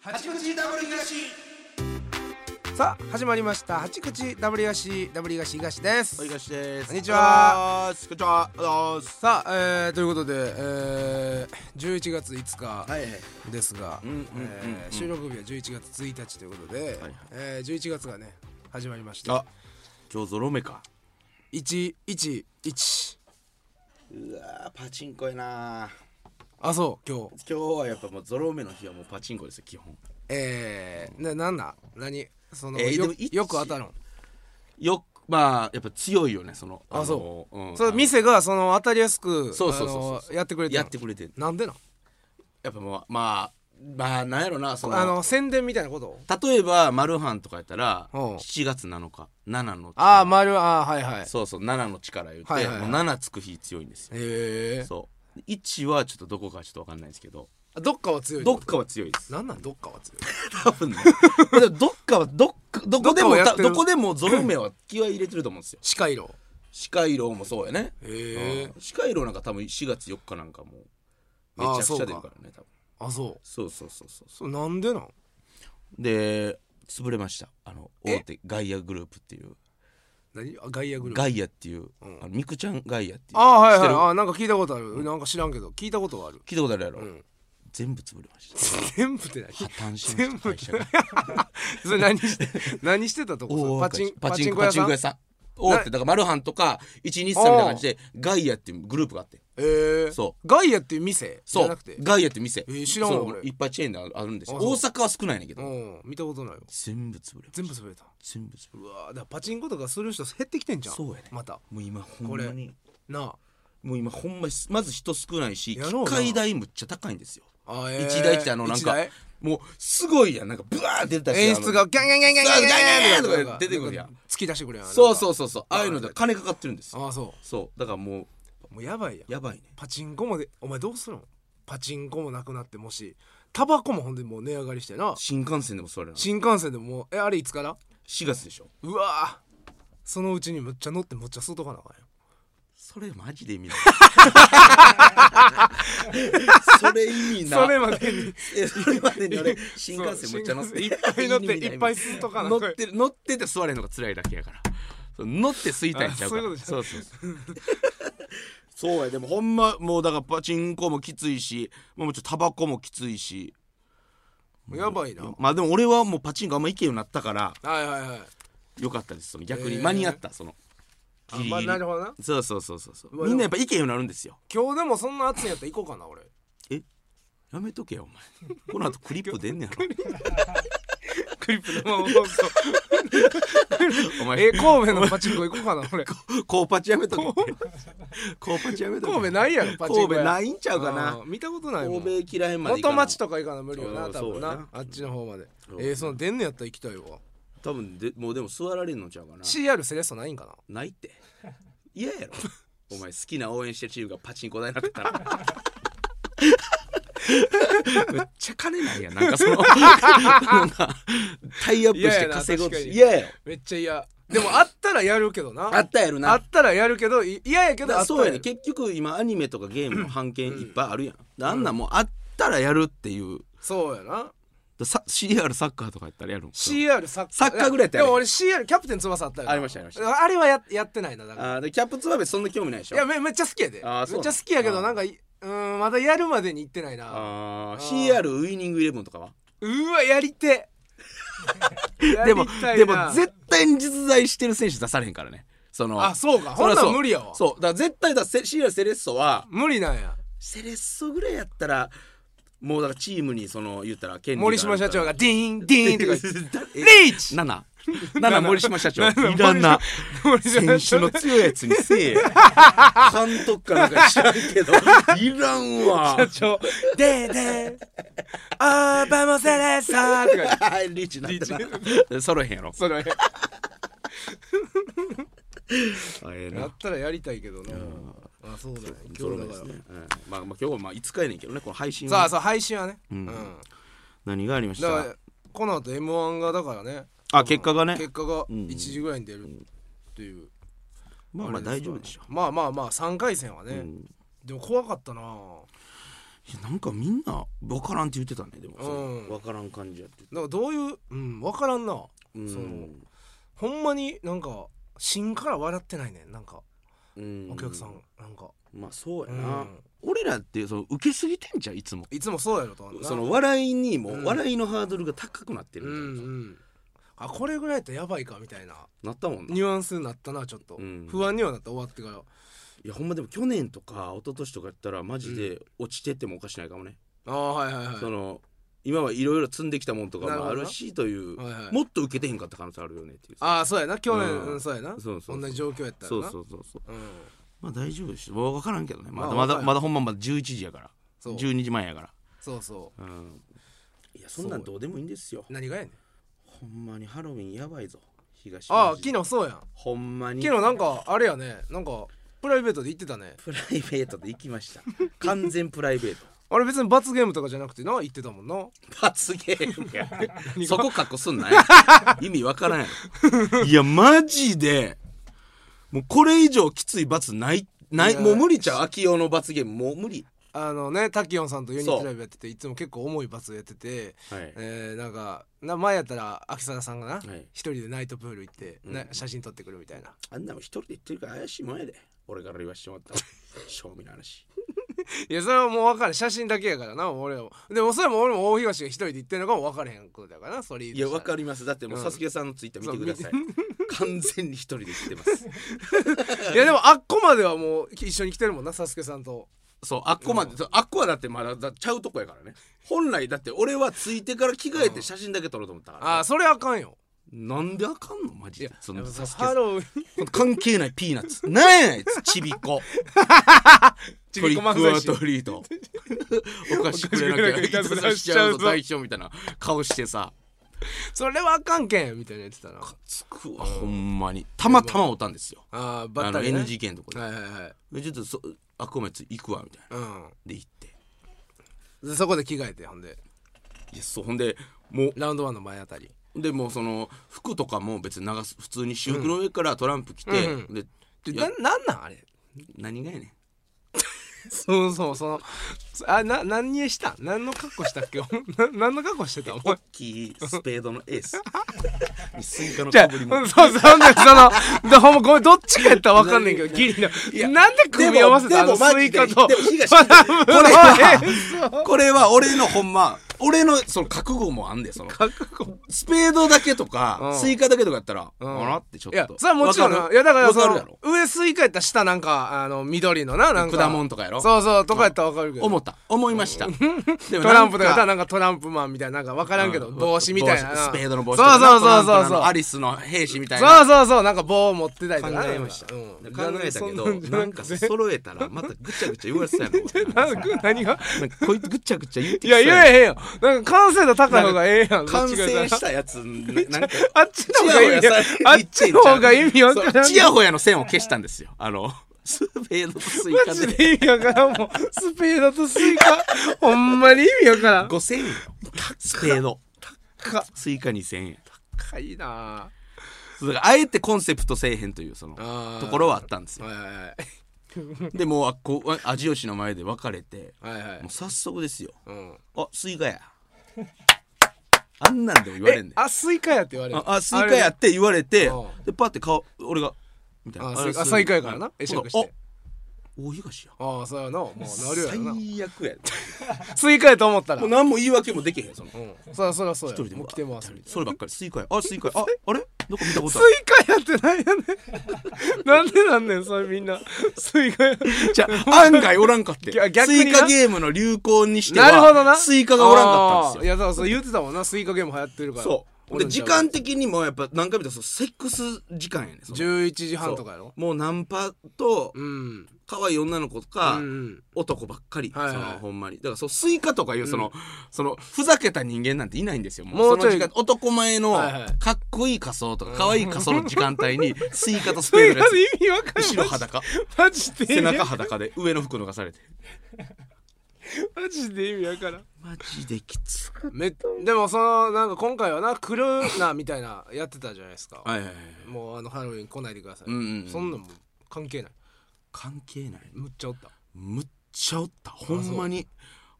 八口ダブル東さあ始まりました八口ダブリガシダブリガシ東です、おいがしですこんにちはこんにちはおはようございますさあ、えー、ということで、えー、11月5日はいですがうんうんうんえー収録日は11月1日ということで、はいえー、11月がね始まりましあた今日ゾロ目か111うわーパチンコやなあそう今日今日はやっぱもうゾロ目の日はもうパチンコですよ基本えー、ななんだ何その、えーでよも一よく当たるんよっまあやっぱ強いよねそのあのそう、んその店がその当たりやすくそうそうそうそうあのやってくれてんやのってくれてんなんでなんやっぱもうまあまあなんやろなそのあの宣伝みたいなこと例えばマルハンとかやったらうん7月7日7のああ丸ああはいはいそうそう7の力言って、はいはいはいもう7つく日強いんですよへえそう1はちょっとどこかちょっと分かんないですけどどっかは強いどっかは強いですなんなんどっかは強い多分ねでもどっかはどっかどこどっでかもはやたってどるこでもゾロ目は気は入れてると思うんですよ歯科医療歯科医療もそうやねへえうん歯科医療なんか多分4月4日なんかもうめちゃくちゃ出るからね多分あそうそうそうそうそうそそうなんでなんうで潰れましたあの大手ガイアグループっていう何あ外野グループガイアっていう、あのミクちゃんガイアっていうああはい知ってるはいあなんか聞いたことあるなんか知らんけど聞いたこと がある聞いたことあるやろ、ん全部潰れました全部って何 破綻全しまし部た 会社がそれ何して 何してたとこそれ大赤パ字チンパパチチンンココ屋屋ささんんへ大手だからマルハンとか123みたいな感じでガイアっていうグループがあってえそ外野っていう店じそゃなうくてガイアって店、ー知らんわそう俺いっぱいチェーンであるんですよあそう大阪は少ないねんけうどん見たことないよ全部潰れました全部潰れた全部潰れうわーだからパチンコとかする人減ってきてんじゃんそうやねまたもう今ほんまになあもう今ほんまにまず人少ないしやろうな機械代むっちゃ高いんですよあえー一台ってあのなん一か台もうすごいやんなんかブワーって出たりして演出があのギャンギャンギャンギャンギャンギャンそうギャンギャンギャンとか出てくるやん突き出してくれやんそううそうそうそうああいうので金かかってるんですよああそそうだからもううもうやばいやんやばいねパチンコもでお前どうするのパチンコもなくなってもしタバコもほんでもう値上がりしてな新幹線でも座れない新幹線でももうえあれいつから4月でしょうわーそのうちにむっちゃ乗ってむっちゃ外かなあかんよそれマジで意味ない それ意味なそれまでにえそれまでに俺新幹線めっちゃ乗ってそう新幹線いっぱい乗って意味ないっぱい吸っとかな乗って乗ってて座れんのが辛いだけやからそう乗って吸いたいんちゃうからあそういうことそうそうそうそうやでもほんまもうだからパチンコもきついしもうちょっとタバコもきついしやばいなまあでも俺はもうパチンコあんま行けんようになったからはいはいはいよかったですその逆にえー間に合った、そのあギリギまあリなるほどなそうそうそうそうそううわみんなやっぱ行けんようになるんですよ今日でもそんな暑いんやったら行こうかな俺やめとけよお前この後クリップ出んねやろクリップ生放送おえ前神戸のパチンコ行こうかな俺コーパチやめとけコーパチやめとけ神戸ないやろパチンコ神戸ないんちゃうかあなー見たことないもん神戸嫌いまで行か元な町とか行かな無理よなうん多分そうやななあっちの方までそうえー、その出んのやったら行きたいわ多分でもうでも座られんのちゃうかな CR セレッソないんかなないって嫌やろ お前好きな応援してるチームがパチンコ台になってたらめっちゃ金ないやんなんか そのなんかタイアップして稼ごうとして嫌嫌やよめっちゃ嫌でもあったらやるけどなあったやろなあったらやるけどい嫌やけだどかあらったそうらややねる結局今アニメとかゲームの版権いっぱいあるやん、あんなんもうあったらやるっていうそうやなさ CR サッカーとかやったらやるん CR サッカーサッカーぐらいやったでらも俺 CR キャプテン翼あったよなありましたありましあれはややってないなだからあーでキャップツバベそんな興味ないでしいょやめめっちゃ好きやでめっちあゃーそう好きやけどあーなんかいうーんまだやるまでに行ってないなあーあー CR ウイニングイレブンとかはうわやりてえやりたいな でもでも絶対に実在してる選手出されへんからねそのあそうかそほんらなそらう無理やわそうだから絶対だセ CR セレッソは無理なんやセレッソぐらいやったらもうだからチームにその言ったら権利があ森るから島社長がディーンディーンとか言ってえ リーチ7 7森島 社長七いらんな森島選手の強いやつにせ えや監督かなんか知らんけどいらんわ社長でーでーあーバモセレッサーとかはいリーチなってな揃えへんやろそれええやなったらやりたいけどなあそうだねゾ今日ロ目だでかすらね、うんまあ、まあ今日はまあ5日やねんけどねこの配信はさあさあ配信はねうんんだ何がありましかたらこの後 M1 がだからねあ結果がね結果がうんうん1時ぐらいに出るっていうまあまあ大丈夫でしょまあまあまあ3回戦はうねんでも怖かったないやなんかみんな分からんって言ってたねでも、うん分からん感じやってだからどういううん分からんなうんそのほんまになんか芯から笑ってないねんなんかうんお客さんなんかまあそうやな、うん俺らってその受けすぎてんじゃんいつもいつもそうやろとはなその笑いにも、うん笑いのハードルが高くなってるうんみたいな,、うんあこれぐらいやったらやばいかみたいななったもんなニュアンスになったなちょっと、うん不安にはなった終わってからいやほんまでも去年とか一昨年とかやったらマジで落ちてってもおかしないかもね、ああはいはいはいその今はいろいろ積んできたもんとかなるもほあどなるしという、はいはいもっと受けてへんかった可能性あるよねっていうああそうやな去年、うんうん、そうやなそうそうそう同じ状況やったらそなうそうそうそううん、まあ大丈夫でしょ分からんけどねまだまあまだわからんまだほんままだ11時やからそう12時前やかそうそうらうんいやそんなんどうでもいいんですよ何がやねんほんまにハロウィンやばいぞ東ああマジ昨日そうやんほんまに昨日なんかあれやねなんかプライベートで行ってたねプライベートで行きました完全プライベートあれ別に罰ゲームとかじゃなくてな行ってたもんな罰ゲー ムやそこカッコすんなよ意味わからんやろ いやマジでもうこれ以上きつい罰ないないいやもう無理ちゃう秋代の罰ゲームもう無理あのねタキヨンさんとユニットライブやってていつも結構重い罰やってて、はいえー、なんかな前やったら秋貞さんがな、い一人でナイトプール行って、うんな写真撮ってくるみたいなあんなもん一人で言ってるから怪しいもんやで俺から言わしてもらったら正味の話いやそれはもう分かる写真だけやからな俺もでもそれも俺も大東が一人で行ってるのかも分からへんことだからなそれいやわかるりますだってもううんサスケさんのツイッター見てください完全に一人で言ってますいやでもあっこまではもう一緒に来てるもんなサスケさんと そうあっこまで、そうあっこはだってまだだちゃうとこやからね本来だって俺はついてから着替えて写真だけ撮ろうと思ったから、ああそれあかんよなんであかんのマいジやでそのやっぱサスケハロウィン 関係ないピーナッ ツなんやねんあいつちびっこちびっこ漫才師トリックオ アトリートお菓子くれなきゃいたずらしちゃうぞ代表みたいな顔してさそれはあかんけんみたいなやってたなつくわほんまにたまたまおったんですよああバあッタのリ、ね、 NGK のとこではいはいはいでちょっとそあっこめつ行くわみたいなうで行ってんでそこで着替えてほんでいやそうほんでもラウンドワンの前あたりうでもうその服とかも別に流す普通に私服の上からトランプ着て、うんででいやななんなんあれ何がやねんそうそうそのあな何にしたん何の格好したっけ な何の格好してたお前キースペードのエー スにスイカのじゃかあ、ぶりそうもそう、そんで、その、どほんまごめん、どっちかやったらわかんねんけど、ギリいやの。なんで組み合わせたあでのもスでもマイジでカと。でも東トランプのこれはえそうこれは俺のほんま俺のその覚悟もあんでその覚悟スペードだけとか、うんスイカだけとかやったら、んあらってちょっ いといや、それはもちろんな。いや、だから、そかるやのろ、上スイカやったら下なんか、あの、緑のな、なんか。果物とかやろそうそう、とかやったらわかるけど。思った思いました、でもトランプとかやっなんたらなんかトランプマンみたいな、なんかわからんけど、う帽子みたいな帽な。子スペードの帽そ子うそうそうそうトランプそのう。アリスの兵士みたいそなうそうそう、なんか棒持ってたり考とかな。え ました、うん考えたけどそんじゃなんか揃えたらまたぐちゃぐちゃ言われてたや ろなんか何がなんかこいつぐちゃぐちゃ言っていきたや、やろ言えへんよ。なんか完成度高い方がええやん。完どっち成かしたやつななんかあっちの方が意味わあっちの方が意味わからんそうちやほやの線を消したんですよあのスペードとスイカマジでで意味わからんもん。スペードとスイ カ。ほんまに意味わからん。 5000円よスペードかスイカ2000円かいなそうだからあえてコンセプトせえへんというそのあーところはあったんですぁ。よはいはいはい。でもうあっこあ味吉の前で別れてはいはいもう。早速ですようん。あスイカやあんなんでも言われんねんあ、スイカやって言われるあ。あスイカやって言われてうんでパッて顔俺がみたいなあスイカれあスイカやからな会釈してお大東やああ、そうやな。もうなるやろな。最悪やスイカやと思ったら。もう。うん何も言い訳もできへんそのそらそらそう一人や。でもう来てますみたいな。そればっかりスイカやあスイカやああれどこ見たこスとあるイカやってない やねん。なんでなんねん、それみんな。スイ カや。じゃあ案外おらんかっていや 逆スにイなカゲームの流行にしてなるほどなはスイカがおらんかったんですいよやだからそう言ってたもんなスイカゲーム流行ってるからそうで時間的にもやっぱ何回も言ったらそうセックス時間やねんその11時半とかやろもうナンパとうん可愛い女の子とうか、ん男ばっかり、はいはいそのほんまにだからそうスイカとかいうその,、そのふざけた人間なんていないんですよもうもうちょいその時間男前のはいはいかっこいい仮装とか可愛い仮装の時間帯にスイカとスそペれー ドのや意つ味わかんない後ろ裸マジで背中裸で上の服脱がされてマジで意味わからんマジできつかっめでもそのなんか今回はな来るなみたいなやってたじゃないですかたはいはいはいもうあのハロウィン来ないでくださいうんうんうんそんなんもう関係ない関係ないむっちゃおったむっちゃおったほんまに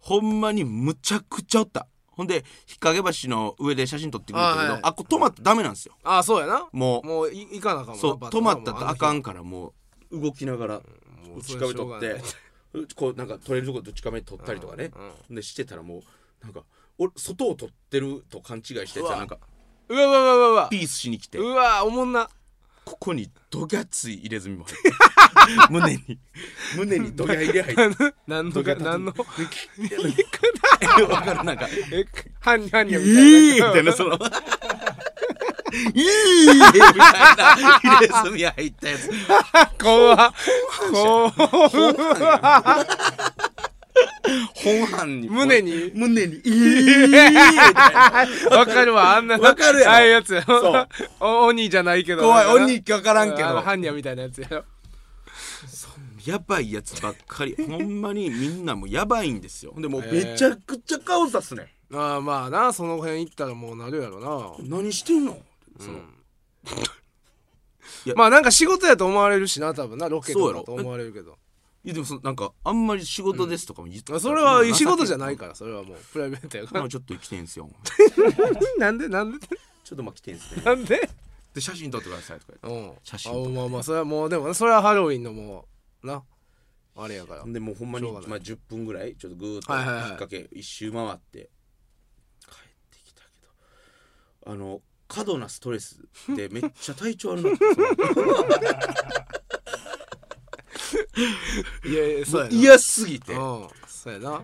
ほんまにむちゃくちゃおったほんで日陰橋の上で写真撮ってくれたけどあ,、あはいここ止まったらダメなんですよあそうやなもうもうい行かなあかんもんなそうバッ止まったらあかもんからもう動きながらうもう近め取っそれはてしょ こうなんか取れるとこ近め取ったりとかねうんでしてたらもうなんか俺外を取ってると勘違いしてうわたなんかうがないうわうわうわうわピースしに来てうわおもんな ここにドギャつい入れ墨も入 って胸に胸にドギャ入れ入って何ドのギかャ立て何の わかるなんかえはんはんいやみいみたたいいななそのいいみたいな 入れ墨入ったやつ怖っ怖っ本班に胸 に胸にいいみたいなわかるわあんなわかるやろああいうやつやろそう お鬼じゃないけど怖いなんかな鬼かからんけあのどハンニャみたいなやつやろやばいやつばっ かりほんまにみんなもうやばいんですよほんでもうへーめちゃくちゃ顔さすねん、ああまあなその辺行ったらもうなるやろな何してんの、そのまあなんか仕事やと思われるしな多分なロケとそうやかろと思われるけどいやでもそのなんかあんまり仕事ですとかも言ってまあそれは仕事じゃなないからそれはもうプライベートや からまあちょっと来てんすよなんでなんでちょっとまあ来てんすねなんでで写真撮ってくださいとか言ってうん写真とかあまあまあそれはもうでもそれはハロウィンのもうなあれやから ほんでもうほんまにしょうがないまあ、10分ぐらいちょっとぐーっとはいはいはい引っ掛け一周回って帰ってきたけどあの過度なストレスでめっちゃ体調悪く なっていやいやそうやな嫌すぎてうんそうやな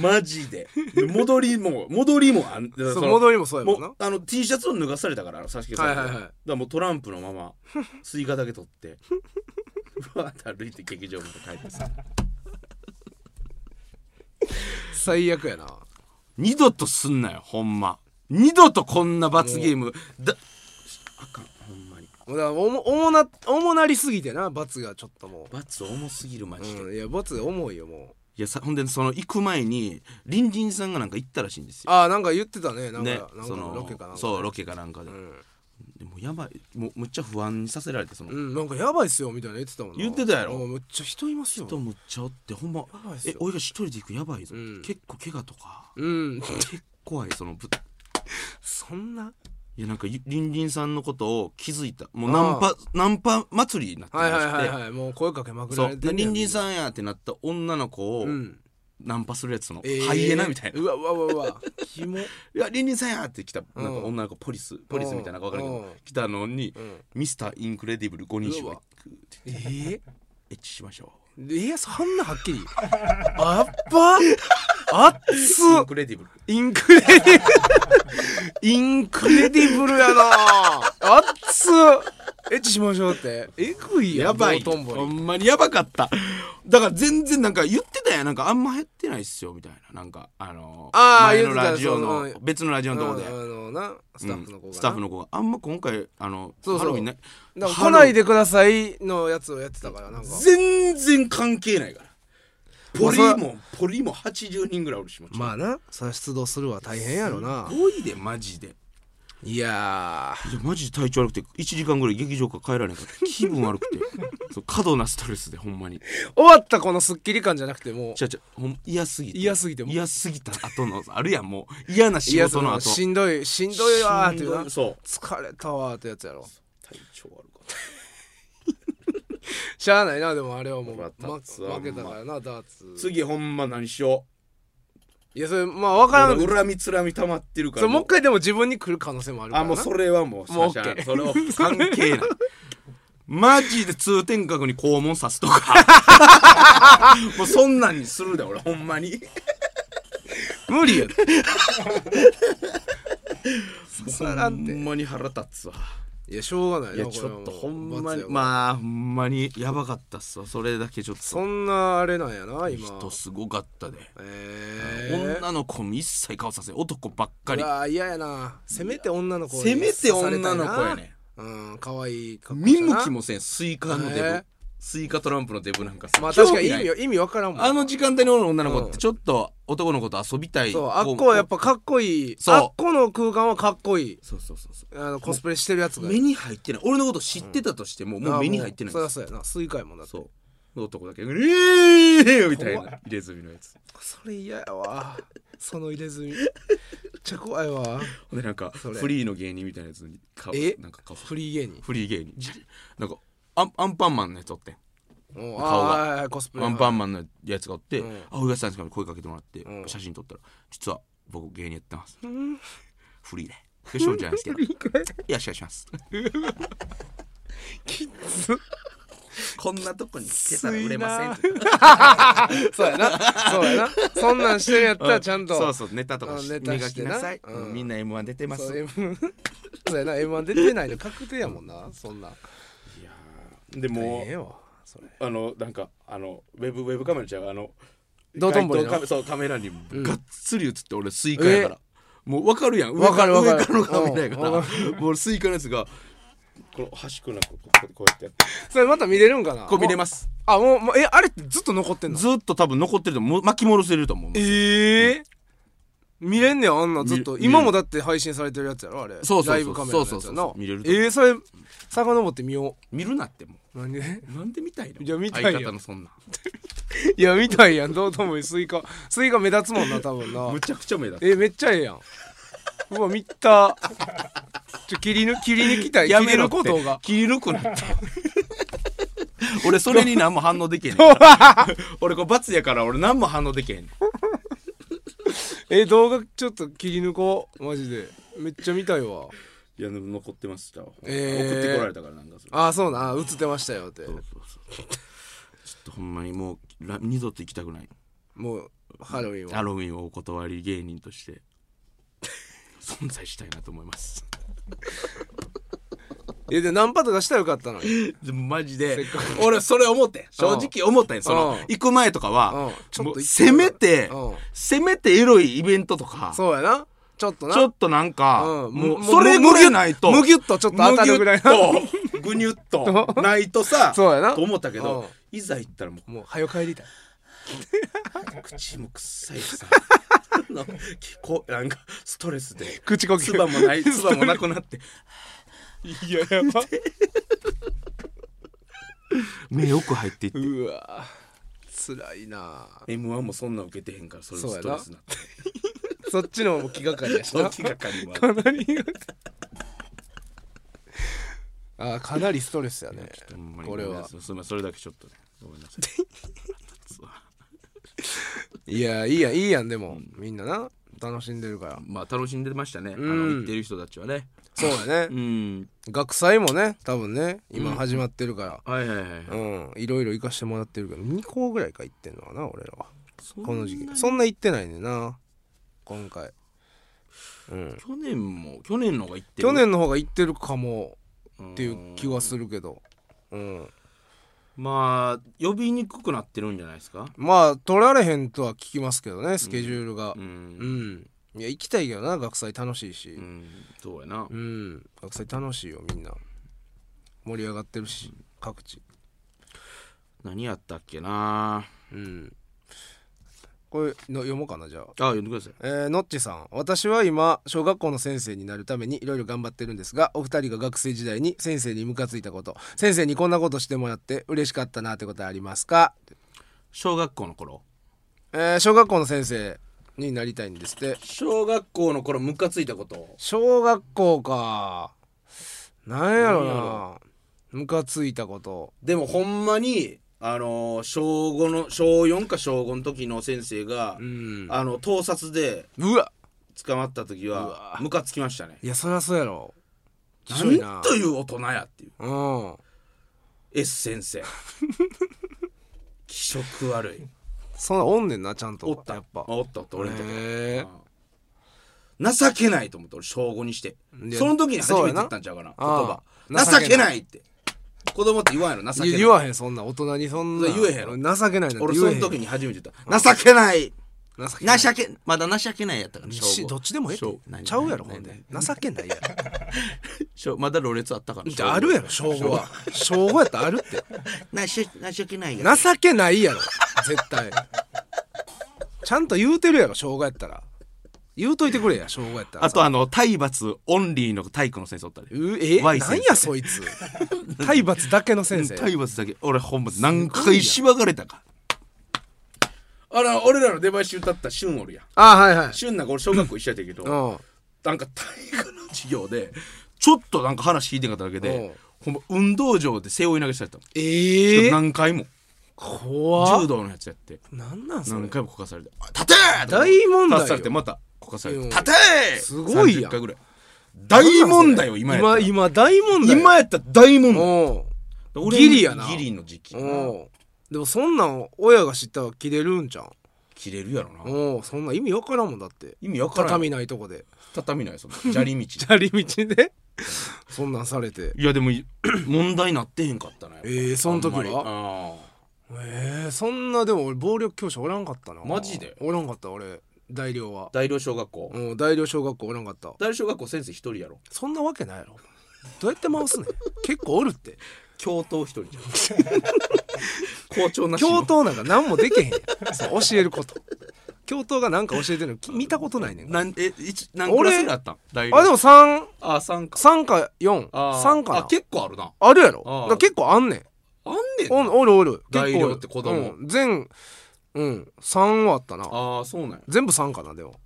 マジでで戻りも戻りもあん そうその戻りもそうやもんなもうあの T シャツを脱がされたからさしけさんはいはいにだはかいらもうトランプのままスイカだけ 取ってふわーって歩いて劇場まで帰ってさ最悪やな二度とすんなよほんま二度とこんな罰ゲームだあかんほんまにもうだからおも重な重なりすぎてな罰がちょっとも罰重すぎるマう、ジで、ういん、いや罰が重いよもやさほんでその行く前に隣人さんがなんか行ったらしいんですうよああなんか言ってたねなんか,、ねなんかそのロケかなんかそうロケかなんかで、んでもやばいもうむっちゃ不安にさせられてその、うんなんかやばいっすよみたいな言ってたもんな言ってたやろうんめっちゃ人いますよ人むっちゃおってほんまばいっすよえ俺が一人で行くやばいぞ、うん結構怪我とかうん結構怖いそのぶそんないやなんかゆ隣人さんのことを気づいたもうナンパナンパ祭りになってまはいして、はいはいはいもう声かけまくそらうれでて隣人んさんやってなった女の子をやうんナンパするやつの、えーハイエナみたいな「うわうわうわうわキモいや隣人さんや!」って来たなんかうん女の子ポリスポリスみたいなのか分かるけうどん来たのにうん「ミスターインクレディブル5人う衆わがえー、エッチしましょえうー、そんなはっ きりあやっばあっ」つインクレディブルインクレディブルインクレディブルやなあっつエッチしましょうってえぐいやんやばい道頓堀ほんまにやばかっただから全然なんか言ってたやんなんかあんま減ってないっすよみたいななんかあのあー前言っのてたラジオのその別のラジオのとこで、うんあのなスタッフの子がな、うんスタッフの子があんま今回あのそうそうハロウィンねなんか来ないでくださいのやつをやってたからなんか全然関係ないからポリまあそもポリも80人ぐらいおるしもちろんまあなそれ出動するは大変やろなすごいでマジでいやいやマジで体調悪くて1時間ぐらい劇場から帰られんかった気分悪 くてそう過度なストレスでほんまにー終わったこのスッキリ感じゃなくてもうちゃちゃほん嫌すぎて嫌すぎても嫌すぎた後のあるやんもう嫌ない仕や事の後しんどいしんどいわーっていうしんどないそう疲れたわーってやつやろ体調悪かっしゃあないなでもあれはもう、俺はダまーツは負けたからなダーたツ次ほんま何しよいやそれまあ分うからん俺恨みつらみ溜まってるかそられもう一回でも自分に来る可能性もあるからあなもうそれはもうもうさしゃあ OK それは関 係ないマジで通天閣に肛門刺すと かもうそんなんにするで俺ほんまに無理やでほさらんてんまに腹立つわいやしょうがないいなやちょっとほんまにあまあほんまにやばかったっすわそれだけちょっとそんなあれなんやな今人すごかったで、えー、女の子も一切顔させん男ばっかうりわー嫌やなせめて女の子にせめて刺された女いなの子やねうん可愛い格好見したな向きもせんスイカのデブ、へえスイカトランプのデブなんかさまあ確かに意興味味ない意味分からんもんあの時間帯の女の子っうてんちょっと男の子と遊びたいそう子あっこはやっぱかっこいいそうあっこの空間はかっこいいそうそうそうそうあのコスプレしてるやつが目に入ってない俺のこと知ってたとしても、もう目に入ってないそりでゃすそうやなスイカやもんだってそう男だけ「うえー!」みたいな入れ墨のやつそれ嫌やわその入れ墨めっちゃ怖いわほんでなんかそれフリーの芸人みたいなやつにかえなんかかフリー芸人フリー芸人じゃなんかアンアンパンマンのやつおってん顔顔がコスプレアンパンンマンのやつがおってうん「あ上田さんですか?」声かけてもらってうん写真撮ったら「実は僕芸人やってます」フリーで「化粧じゃないですけどよろしくお願いします」キッズこんなとこにつけたら売れま せんそうやなそうやなそんなんしてるやったらちゃんとそうそうネタとかうんしネタ磨してきななさい、うんみんな M1 出てますそう M そうやな M1 出てないの確定やもんなそんなんでええわそれあのなんかあのウェブウェブカメラちゃうあの道頓堀の街頭カメそうカメラにんがっつり映って俺スイカやから、もうわかるやんわかる上わかる上からのカメラやかうんわらもうスイカのやつがこの端っこのこうこうやってやってそれまた見れるんかなこう見れますすあもうもうえあれってずっと残ってんのずっと多分残ってると思う巻き戻せると思うええ見れんねやあんなずっと見れる今もだって配信されてるやつやろあれそうそうそうライブカメラのやつやなそうそうそう見れるとええそれ遡ってみよ見るなってもう何 でうなんで見たいのいや見たいよ相方のそんないや見たいやんどうともスイカスイカ目立つもんな多分なむちゃくちゃ目立つえめっちゃええやんうわ見たちょ切り抜切り抜きたいや切めれろるってことが切り抜く なって俺それに何も反応できへんねんから 俺これ罰やから俺何も反応できへんねんえ動画ちょっと切り抜こうマジでめっちゃ見たいわいやでも残ってました、えー送ってこられたからなんかそれあそうな映ってましたよってそうそうそうちょっとほんまにもうら二度と行きたくないもうハロウィンハはロウィンをお断り芸人として存在したいなと思いますえでナンパとかしたらよかったの にでもマジでせっかく俺それ思ってん正直思ってんそのうん行く前とかうんはちょっと行っもうてせめてうんせめてエロいイベントとかそうやなちょっとなちょっとなんか、うんももうそれぐらいないと。むぎゅっとちょっと当たるぐらいなむぎゅっとぐにゅっ とないとさ、そうやなと思ったけど、ういざ行ったらももう早帰りたいう口も臭いし さ、なんかこうなんかストレスで、 口呼吸唾もない、唾もなくなって、いややば目奥入っていって、 うわ辛いな M1 もそんな受けてへんから、それもストレスになって。そっちのも気がかりやしそなっちがか りもある かなりあーかなりストレスやねほんまにこれはすいませんそれだけちょっとねごめんな さいいやいいやんいいやんでも、みんなな楽しんでるからまあ楽しんでましたね、あうのん行ってる人たちはねそうやね、うん学祭もね多分ね今始まってるからはいはいはい、うん、いろいろ行かしてもらってるけど2校ぐらいか行ってんのかな俺らはそんなこの時期そんな行ってないねんな今回うん去年も去年の方が行ってる去年の方が行ってるかもっっていう気はするけどうんまあ呼びにくくなってるんじゃないですかまあ取られへんとは聞きますけどねスケジュールがう、うんん、いや行きたいけどな学祭楽しいしう、ん、そうやなうん学祭楽しいよみんな盛り上がってるし各地何やったっけなうんこれの読もうかなじゃああ読んでくださいえー、ノッチさん私は今小学校の先生になるためにいろいろ頑張ってるんですがお二人が学生時代に先生にムカついたこと先生にこんなことしてもらって嬉しかったなってことありますか、小学校の頃えー、小学校の先生になりたいんですって小学校の頃ムカついたこと小学校かなんやろなんやなムカついたことでもほんまにあのー小五の小4か小5の時の先生が、うんあの盗撮でうわ捕まった時うはわムカつきましたねいやそりゃそうやろきしょいな何という大人やっていううん S 先生気色悪いそんなおんねんなちゃんとおったややっっぱぱおったおった俺のとこへーうん情けないと思って俺小5にしていやその時に初そうやめてな言ったんちゃうかな言あ葉あ情けないって子供って言わんやろ情けない言わへんそんな大人にそんなそれ言えへん俺情けないなんて俺言そえへのん時に初めて言った情けない情けない情けまだ情けないやったから小し五どっちでもえ小え何ちゃうやろほん何で何情けないやろ小まだろれつあったからじゃああるやろ小5は小5やったらあるってなし情けないや情けないやろ絶対ちゃんと言うてるやろ小5やったら言うといてくれや小5やったらあとあの体罰オンリーの体育の先生おったでうえ Y なん先やそいつ体罰だけの先 生体罰だけ俺ほんますごいやん何回しばかれたかあら俺らの出囃子歌った旬おるやんあはいはい旬なんか俺小学校一緒やったけど、うんなんか体育の授業でちょっとなんか話聞いてんかっただけうんでほんま運動場で背負い投げされたのええ何回も怖っ柔道のやつやってなんなんそれ何回もこかされて「あ立て!」大問題よ立たされてまたこかされてうん「立て!」すごいやん30回ぐらい大問題よ今やった今ら今大問題今やったら大問題お俺ギリやなギリの時期うおうでもそんなん親が知ったら切れるんじゃん切れるやろなおうそんな意味わからんもんだって意味わからん畳ないとこで 畳ないその砂利道砂利道で そんなんされて いやでも 問題なってへんかったなやっぱええその時はあんまりあえー、そんなでも俺暴力教師おらんかったなマジでおらんかった俺大量はー大寮小学校うん大量小学校おらんかった大寮小学校先生一人やろそんなわけないやろどうやって回 すねん結構おるって教頭一人じゃん 校長なし教の頭なんか何もできへんやんそう教えること教頭が何か教えてるのき見たことないねんあなんえ一何クラスぐらいあったん大でも3あ三か三か43あーかなあ結構あるなあるやろあーだから結構あんねんあんねんおなおるおる結構おる大量って子供うん、全うん3はあったなああそうなんや全部3かなでも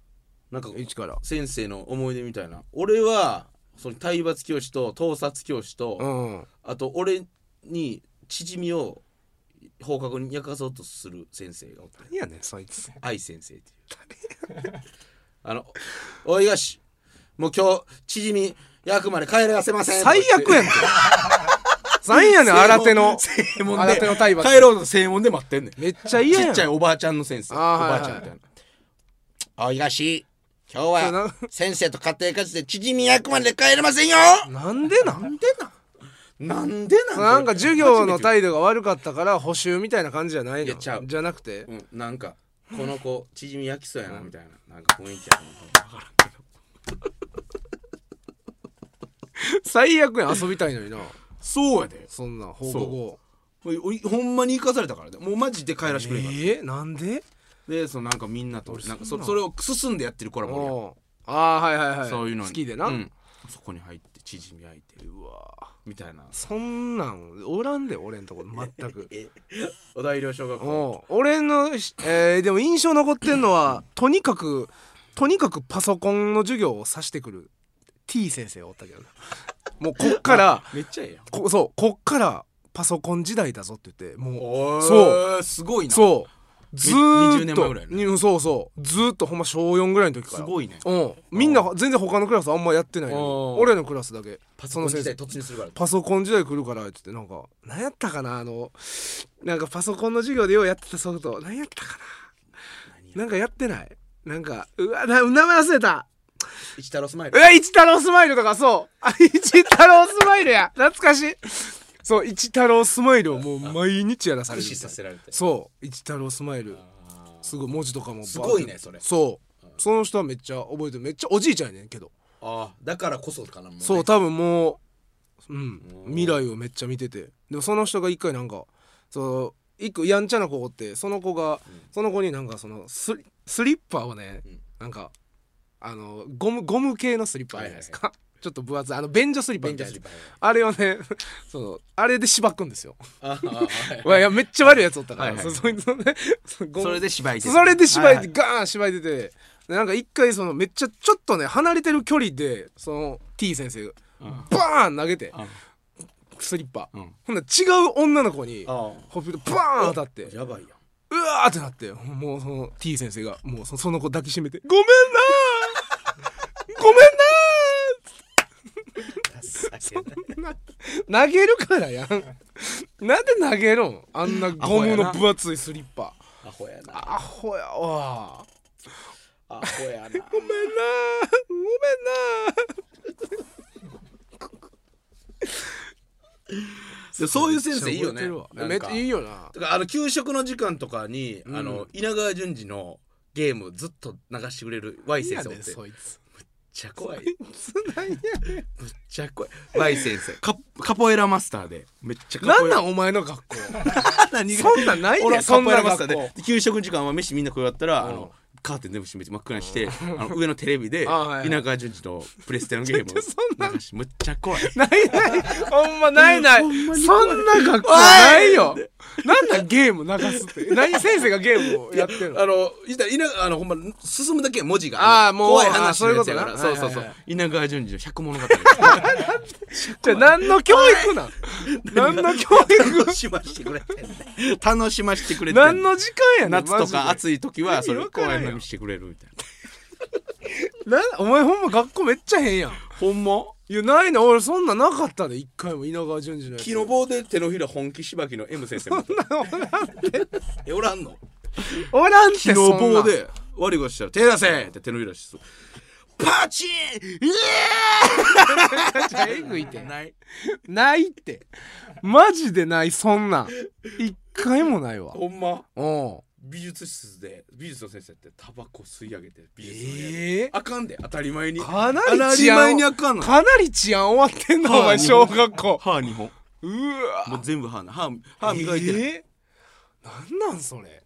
なんか1から先生の思い出みたいな俺はその体罰教師と盗撮教師と、うんあと俺に縮みを放課後に焼かそうとする先生がおった何やねんそいつ愛先生っていう あの「おいよしもう今日縮み焼くまで帰らせません」最悪 やんけ何やねん新手の正門新で手の体罰帰ろうと正門で待ってんねんめっちゃ嫌やんちっちゃいおばあちゃんの先生おあーばあちゃんみたいな「おいよし今日そうはな先生と家庭科室で縮み焼くまで帰れませんよ!」なんでなんなんでなんなんでなんなんか授業のイ態度が悪かったから補習みたいな感じじゃないいのやちゃうじゃなくてプ、うん、なんかこの子縮み焼きそうやなみたいななんか雰囲気ある最悪やん遊びたいのになそうやでそんなん放課後おいおいほんまに生かされたからねもうマジで帰らしてくれんから、えー、なんででそのなんかみんなとなんかそんそなそれを進んでやってる子らもおるやんおうああはいはいはいそういうのに好きでな、うんそこに入って縮み焼いてうわみたいなそんなんおらんで俺んとこ全 くお大寮小学校おう俺のし、えーでも印象残ってんのはとにかくとにかくパソコンの授業をさしてくる T 先生がおったけどなもうこっ からめっちゃええやんこそうこっからパソコン時代だぞって言ってもおそうすごいうなそうず20ーっ年と前ぐらいのねうんそうそうずーっとほんま小4ぐらいの時からすごいねうんみんな全然他のクラスあんまやってないのにおー俺のクラスだけパソコン自体その先生突入するからパソコン時代来るからって言ってなんか何やったかなあのなんかパソコンの授業でようやってたソフト何やったか何やななんかやってないなんかうわな名前忘れた一太郎スマイうルわ一太郎スマイルとかそうあ一太郎スマイルや懐かしいそう一太郎スマイルをもう毎日やらされ駆る使させられてそう一太郎スマイルあすごい文字とかもバーッとすごいねそれそうその人はめっちゃ覚えてるめっちゃおじいちゃんやねんけどあだからこそかなもうねそう多分もう、うんう、ん未来をめっちゃ見ててでもその人が一回なんかそう一個やんちゃな子おってその子が、その子になんかそのスリスリッパをね、うんなんかあのゴムゴム系のスリッパあるじゃないですか、は ちょっと分厚いあの便所スリッパベンみたいジャースなリッパあれをね そうあれでしばくんですよああはいいやいやめっちゃ悪いやつおったから、はいはいそ そいつのねそのゴムそれで芝居それで芝居、はいはいガーン芝居出てでなんか一回そのめっちゃちょっとね離れてる距離でその T 先生がうんバーン投げてあスリッパ、うんほんなら違う女の子にあほっぺたバーン当たってやばいやんうわーってなってもうその T 先生がもうそその子抱きしめて「ごめんなーごめんなーな」投げるからやんなんで投げるんあんなゴムの分厚いスリッパアホやなアホやわアホやなごめんなーごめんなでそういう先ー生いいよねめっちゃいいいよなあの給食の時間とかに、うんあの稲川淳二のゲームずっと流してくれる Y い先や生おっねてめっそいつちゃ怖いつなんやねんめっちゃ怖い Y 先生カカポエラマスターでめっちゃカなポんエ なんラお前の学校何そんなんないね俺ん はそカんポエなラマスタ学ーで校で給食の時間は飯みんなこうやったら、あうんのカーテン全部閉めて真っ暗にしてあの上のテレビであはいはい稲川淳二のプレステのゲ ームちょそを流しむっちゃ怖いないないほんまない ないほんまにそ怖いんな学校おいないよなんだゲーム流すって何先生がゲームをやってるのあのいた稲あのほんま進むだけ文字があーのもう怖いあー話そういのうことやつやなからそうそうそはいうはいは稲川淳二の百物語じゃあ何の教育なん何の教育 楽しましてくれてんねん楽しましてくれてんねん何の時間やねん夏とかマジで暑い時はそれ意味わか公らんよ園の見してくれるみたいななお前ほんま学校めっちゃ変やんほんまいやないね俺そんななかったで一回も稲川淳二のやつ木の棒で手のひら本気しばきの M 先生もえおらんのおらんて木そんのな棒 で悪いことしたら手出せって手のひらしそうパチンうじゃあえぐいてえないないってマジでないそんなん一回もないわほんまお美術室で美術の先生ってタバコ吸い上げて美え術の部屋でえあかんで当たり前にかな当りたり治前安にあかんのかなり治安終わってんのはいお前日本小学校歯2本うわもう全部歯な歯歯磨いてないえーなんなんそれ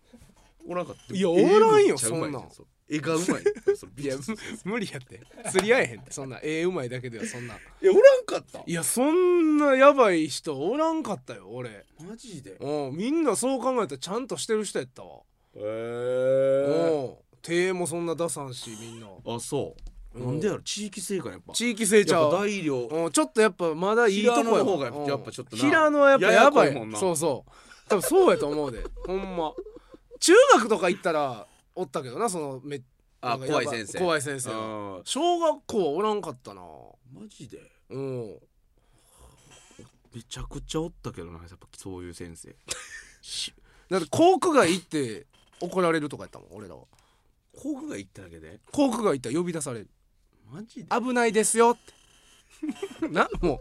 おらんかったいやおらんよ絵めっちゃうそまいじゃんなんそう絵がうまい そう美いや術の先生無理やって釣り合えへんってそんなええうまいだけではそんないやおらんかったいやそんなやばい人おらんかったよ俺マジでうんみんなそう考えたらちゃんとしてる人やったわへうえん手もそんな出さんしみんなあそううんなんでやろ地域性かやっぱ地域成や長っぱ大量うん、ちょっとやっぱまだいいとこやわ平野の方がやっぱちょっとなうん平野はやっぱやばいややこいもんなそうそう多分そうやと思うで ほんま中学とか行ったらおったけどなそのめなあんかやば怖い先生怖い先生はあ小学校はおらんかったなーマジでうんめちゃくちゃおったけどなやっぱそういう先生しだって航空街行って怒られるとかやったもん俺らは航空が行っただけで航空街行ったら呼び出されるマジで危ないですよって なも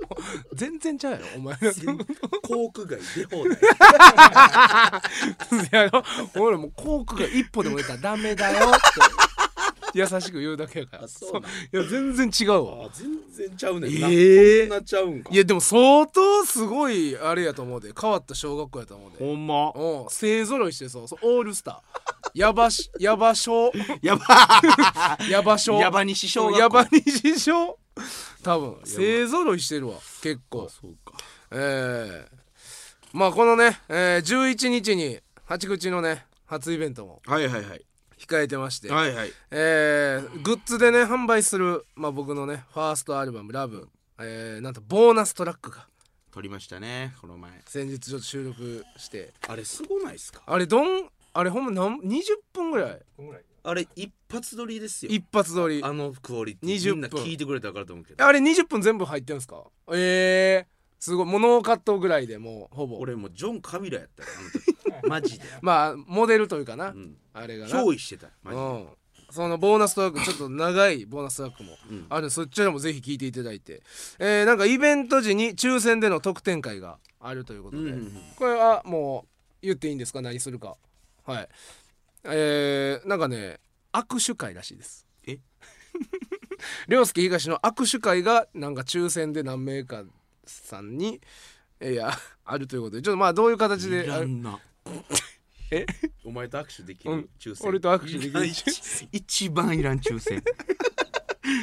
う全然ちゃうやろお前の航空が出放題やろ俺もう航空街一歩でも出たらダメだよって優しく言うだけやからあ そうなんいや全然違うわあ全然ちゃうねんな、えそんなちゃうんかいやでも相当すごいあれやと思うで変わった小学校やと思うでほんまお勢ぞろいしてそうそうオールスターやばしやば小や ばやば小やば西小学校やば西小多分勢ぞろいしてるわ結構そうかええまあこのね、えー、11日に八口のね初イベントもはいはいはい控えてまして、はいはいえーグッズでね販売する、まあ、僕のねファーストアルバム「ラブ、えーなんとボーナストラックが撮りましたねこの前先日ちょっと収録してあれすごないですかあれどんあれほんまなん20分ぐらいあれ一発撮りですよ一発撮りあのクオリティ20みんな分聞いてくれたら分かると思うけどあれ20分全部入ってるんですかええすごいモノカットぐらいでもうほぼ俺もうジョン・カビラやったよあの 時マジで、まあモデルというかな、 うん、あれがな憑依してたマジでうん、そのボーナストラックちょっと長い ボーナストラックもうんあるのでそちらもぜひ聞いていただいて、えーなんかイベント時に抽選での特典会があるということで、うんうんうんこれはもう言っていいんですか何するかはいえーなんかね握手会らしいですえ凌介東の握手会がなんか抽選で何名かさんにいやあるということでちょっとまあどういう形でいらんな えお前と握手できうるん抽選俺と握手できるいらん一一番いらん抽選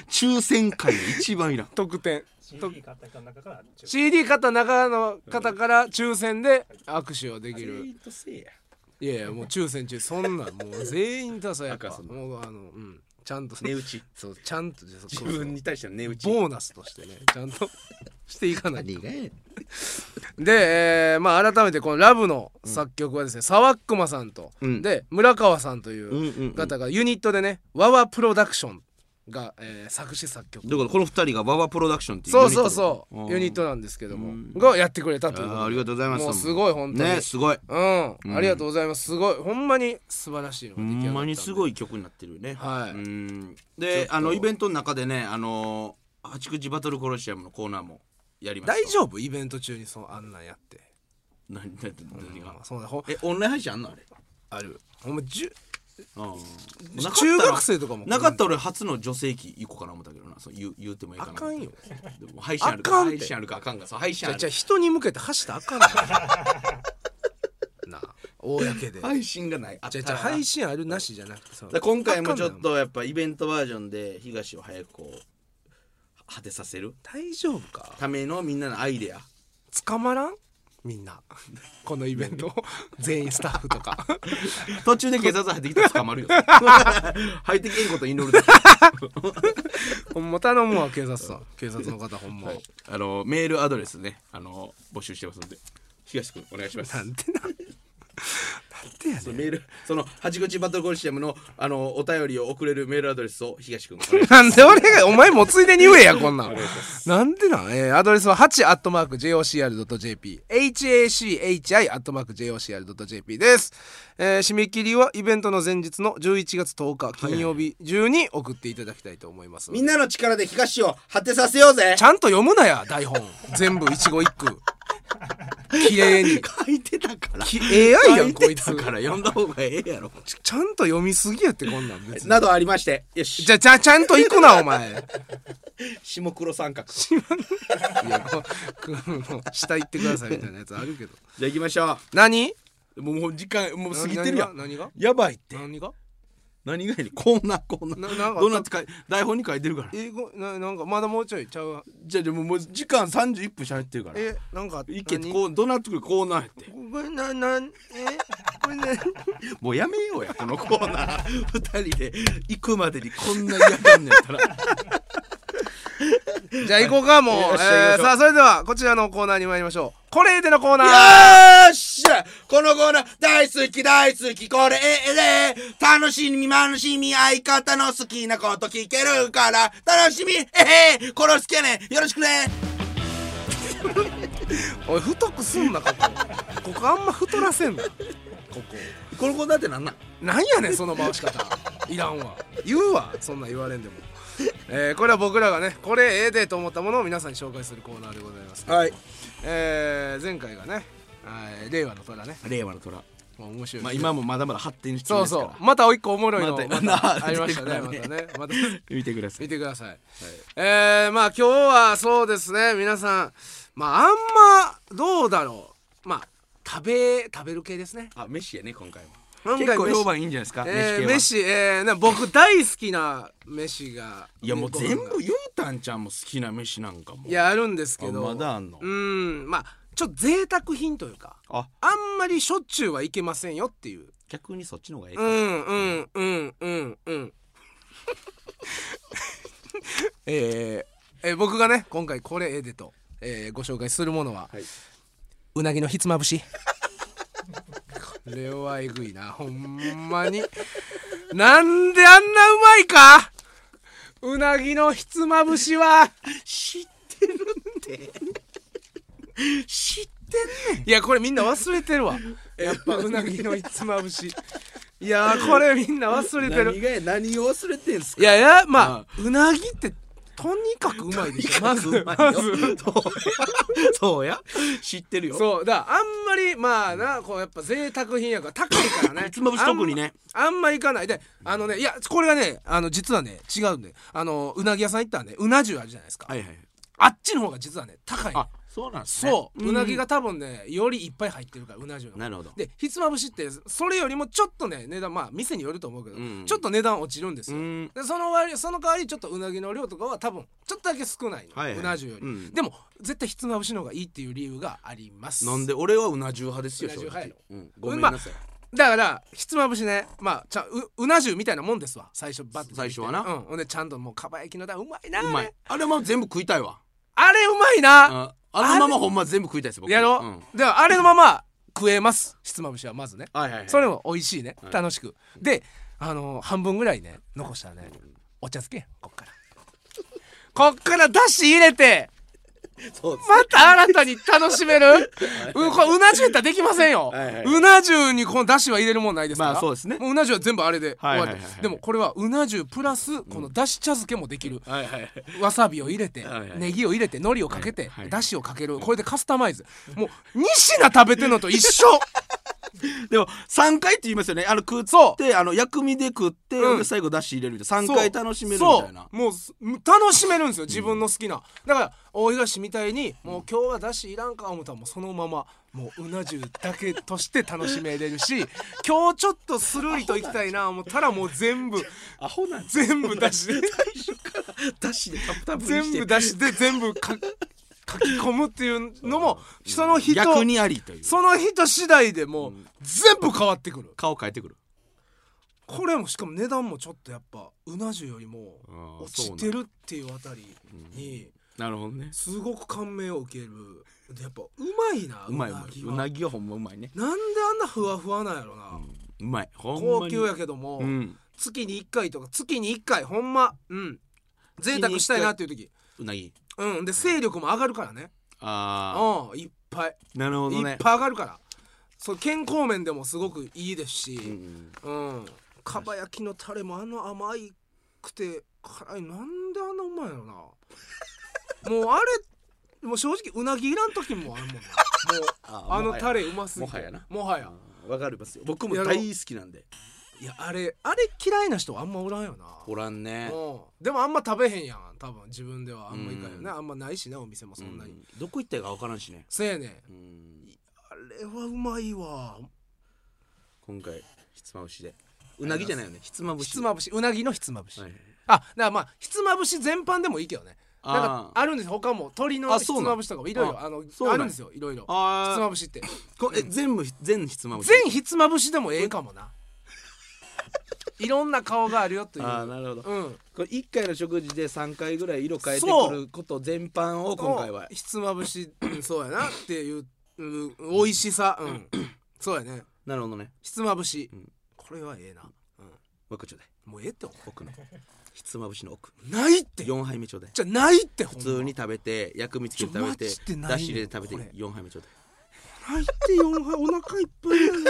抽選会の一番いらん特典 CD 買った人の中から CD 買った中の方から抽選で握手をできあるれとせえやいやいやもう抽選中そんなんもう全員ださやっ赤ぱそのもうあのうんちゃんと値打ちそうちゃんとそう自分に対しての値打ちボーナスとしてね ちゃんとしていかないと何がやねんで、えーまあ改めてこの「ラブの作曲はですね沢っくまさんと、うんで村川さんというんうんううん方がユニットでね「ワワプロダクション」が、えー作詞作曲だからこの二人がババプロダクションっていうそうそうそうユユニニッットトだなんですけどうもんがやってくれたということあーでありがとうございますもうすごい本当にねすごいうん、んありがとうございますすごいほんまに素晴らしいのほが出来上がったんでまにすごい曲になってるよねはいうんちょっでとあのイベントの中でねあのー八口バトルコロシアムのコーナーもやりました大丈夫イベント中にそのあんなんやって何何何がそうだほんえオンライン配信あんのあれあるほんまじゅうんなかったら中学生とかもなかったら俺初の女性器行こうかな思ったけどなそう言う言うてもいいかなあかんよでも配信あるかあかんって配信あるかあかんがそう配じ信ゃああじゃある人に向けて走ったらあかんねんなあ公で配信がないあじゃじゃ配信あるなしじゃなくてそのだから今回もちょっとやっぱイベントバージョンで東を早くこう果てさせる大丈夫かためのみんなのアイデア捕まらんみんなこのイベント 全員スタッフとか途中で警察入ってきたら捕ま るよ入ってけんこと祈るだけほんま頼むわ警察さん警察の方ほんま、あのメールアドレスねあの募集してますんで東君お願いしますなんてななんてやそねうんメールその八口バトルコリシアムのあのお便りを送れるメールアドレスを東君お 願いしま なんで俺がお前もついでに言えやこんなんなんでなん、えーアドレスは 8-jocr.jp hachi-jocr.jp です、えー締め切りはイベントの前日の11月10日金曜日中に送っていただきたいと思いますすので、みんなの力で東を果てさせようぜちゃんと読むなや台本全部一語一句綺麗に書いてたからき AI やんこいつ書てたから読んだ方がええやろちちゃんと読みすぎやってこんなん別になどありましてよしじゃあちゃちゃんと行くなお前下黒三角じいや、こうもう下行ってくださいみたいなやつあるけど。ゃあ行きましょ何うもうもう時間もう過ぎてるやん何がやばいって何が何が何がやねんこんなこんなななんかどんな使い台本に書いてるから英語ななんかまだもうちょいちゃうわ。じゃあでももう時間31分喋ってるからえ、なんかいけ何こうどうなってくるコーナーやってこれな、なん、えこれな、もうやめようやこのコーナー 二人で行くまでにこんな嫌がんねやったら じゃあ行こうか、もう。よっしゃえ行きーましょうさあ、それではこちらのコーナーに参りましょう。これでのコーナーよっしゃこのコーナー大好き大好きこれで楽しみ楽しみ相方の好きなこと聞けるから楽しみえへこの好きやねよろしくねおい、太くすんな、ここ。ここあんま太らせんな。ここ。このコーナーってなんなんなんやねんその回し方いらんわ言うわそんなん言われんでも、えーこれは僕らがねこれええでと思ったものを皆さんに紹介するコーナーでございます、はいえー前回がねはい令和の虎ね令和の虎もう面白い、まあ今もまだまだ発展してそまうすかそらうまたお一個おもろいのま たまたありましたねままたたねま た見てください見てください、えーまあ今日はそうですね皆さんまああんまどうだろうまあ食べ食べる系ですねあ飯やね今回も今結回構飯評判いいんじゃないですか、えー、飯系は飯えーな僕大好きな飯がいやもう全ご飯が部ゆうたんちゃんも好きな飯なんかもいやあるんですけどあまだあんのうんまあちょっと贅沢品というかああんまりしょっちゅうはいけませんよっていう逆にそっちの方がいいうか、んうんうんうんうん えーえー僕がね今回これええでと、えーご紹介するものは、いうなぎのひつまぶしこれはえぐいなほんまになんであんなうまいかうなぎのひつまぶしは知ってるって知ってんねいやこれみんな忘れてるわやっぱうなぎのひつまぶしいやーこれみんな忘れてる何がや何を忘れてんすかいやいやまあうなぎってとにかくうまいでしょまずまずそうや知ってるよそうだからあんまりまあなこうやっぱ贅沢品やから高いからねひつまぶし特にねあんまあんま行かないであのねいやこれがねあの実はね違うんであのうなぎ屋さん行ったらねうな重あるじゃないですか、はいはいあっちの方が実はね高いのあそうなんですねそう、うなぎが多分ねよりいっぱい入ってるからうな重のなるほどでひつまぶしってそれよりもちょっとね値段まあ店によると思うけど、うんちょっと値段落ちるんですよ、うんでその割その代わりちょっとうなぎの量とかは多分ちょっとだけ少ないの、はいはいうな重より、うんでも絶対ひつまぶしの方がいいっていう理由がありますなんで俺はうな重派ですような正重直、派やろうん、ごめんなさい、だからひつまぶしねまあちゃううな重みたいなもんですわ最初バッて出てきて最初はなうんほんでちゃんともうかば焼きのだうまいなあれうまいあれも全部食いたいわあれうまいな、ああのままほんま全部食いたいです僕やろ、うんではあれのまま食えますひつまぶしはまずねはいはいはいそれも美味しいね、はい楽しくであのー半分ぐらいね残したらねお茶漬けこっ からこっからだし入れてそうですまた新たに楽し めるうこれうな重やったらできませんよ、はいはいうな重にこのだしは入れるもんないですから、まあそうですねもううな重は全部あれで終わりはいはいはいはいでもこれはうな重プラスこのだし茶漬けもできる、はいはいわさびを入れて、はいはいネギを入れて海苔をかけて、はいはいだしをかけるこれでカスタマイズもう2品食べてんのと一緒 でも3回って言いますよねあの食ってあの薬味で食って、うんで最後だし入れるみたいな3そう回楽しめるみたいなそうもうす楽しめるんですよ自分の好きな、だから大東みたいにもう今日はだしいらんか思ったらもうそのままもううな重だけとして楽しめれる し今日ちょっとスルリといきたいな思ったらもう全 部アホなんです全部だしで最初からだしでタプタプに全して部だしで全部か書き込むっていうのもその人逆にありというその人次第でもう全部変わってくる顔変えてくるこれもしかも値段もちょっとやっぱうな重よりもあー落ちてるっていうあたりになるほどねすごく感銘を受けるでやっぱうまいなうまいうなまぎいはうなぎはほんまうまいねなんであんなふわふわなんやろな、うまいほんまに高級やけども、うん月に1回とか月に1回ほんまうん贅沢したいなっていう時うなぎうんで勢力も上がるからねあうんいっぱいあなるほどいねっぱい上がるからそう健康面でもすごくいいですうんうしんうん、かば焼きのタレもあの甘いくて辛いなんであんなうまい のなもうあれもう正直うなぎいらん時もあるもんなもうああのタレレうますぎてもはやなもはやわかりますよ僕もやろ大好きなんでいやあれあれ嫌いな人あんまおらんよなおらんねうんでもあんま食べへんやん多分自分ではあんまいかんよねうんあんまないしねお店もそんなに、うどこ行ったか分からんしねせやねんうんあれはうまいわ今回ひつまぶしでうなぎじゃないよねひつまぶしひつまぶしうなぎのひつまぶし、はいあだからまあひつまぶし全般でもいいけどねあーなんかあるんです他も鳥のあひつそうなんまぶしとかもいろいろああのそうなんあるんですよいろいろひあーつまぶしってこえ全部全ひつまぶし全ひつまぶしでもええかも ないろんな顔があるよというああなるほどうんこれ1回の食事で3回ぐらい色変えてそうくること全般を今回はひつまぶしうんそうやなっていう、うん、美味しさ うんそうやねなるほどねひつまぶし、んこれはええな、う僕ちょうだいん、もうええってほん奥のひつまぶしの奥まないって4杯目ちょうだいじゃないってほんま普通に食べて薬味つけて食べちょマジでてないだし入れて食こべてれ4杯目ちょうだいないってよお腹いっぱいやねん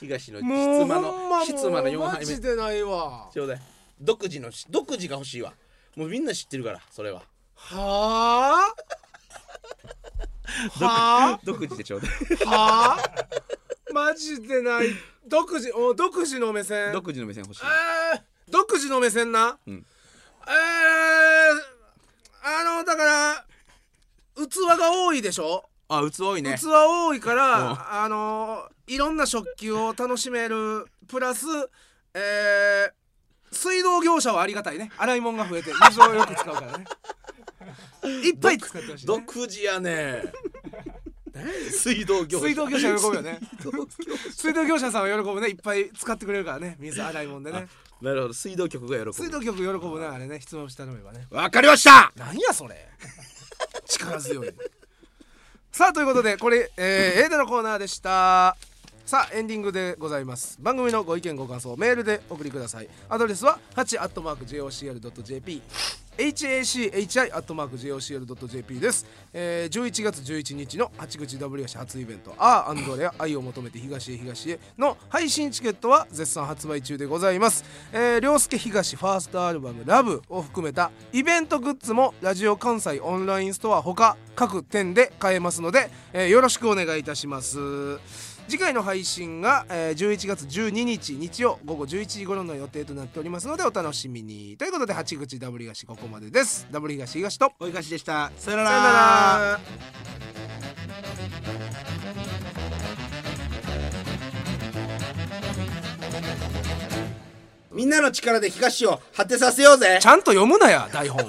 東のひもうつまほんまものうひつまの4杯マ目ジでないわちょうだい独自のし独自が欲しいわもうみんな知ってるからそれははあは独自でちょうだいあはあマジでない独自お独自の目線独自の目線欲しいえー独自の目線な、うんえーあのだから器が多いでしょあ器多いね器多いから、うんあのいろんな食器を楽しめるプラスえー水道業者はありがたいね洗い物が増えて水をよく使うからねいっぱい使ってほしい、ね、独自やね 水道 業者水道業者喜ぶよ ね水道業者水道業者さんは喜ぶねいっぱい使ってくれるからね水洗い物でねなるほど水道局が喜ぶ水道局喜ぶなあれね質問して頼めばねわかりましたなんやそれ 力強いさあということでこれ、えー、エイドのコーナーでしたさあエンディングでございます番組のご意見ご感想メールでお送りくださいアドレスは 8-jocr.jp hachi.jocr.jp です、えー、11月11日の八口 W 社初イベント「アーレア愛を求めて東へ東へ」の配信チケットは絶賛発売中でございます、えー、凌介東ファーストアルバム「ラブを含めたイベントグッズもラジオ関西オンラインストアほか各店で買えますので、えー、よろしくお願いいたします次回の配信が、えー、11月12日日曜午後11時頃の予定となっておりますのでお楽しみにということで八口ダブリガシここまでですダブリガシ東とおいかしでしたさよなさらよならみんなの力で東を果てさせようぜちゃんと読むなや台本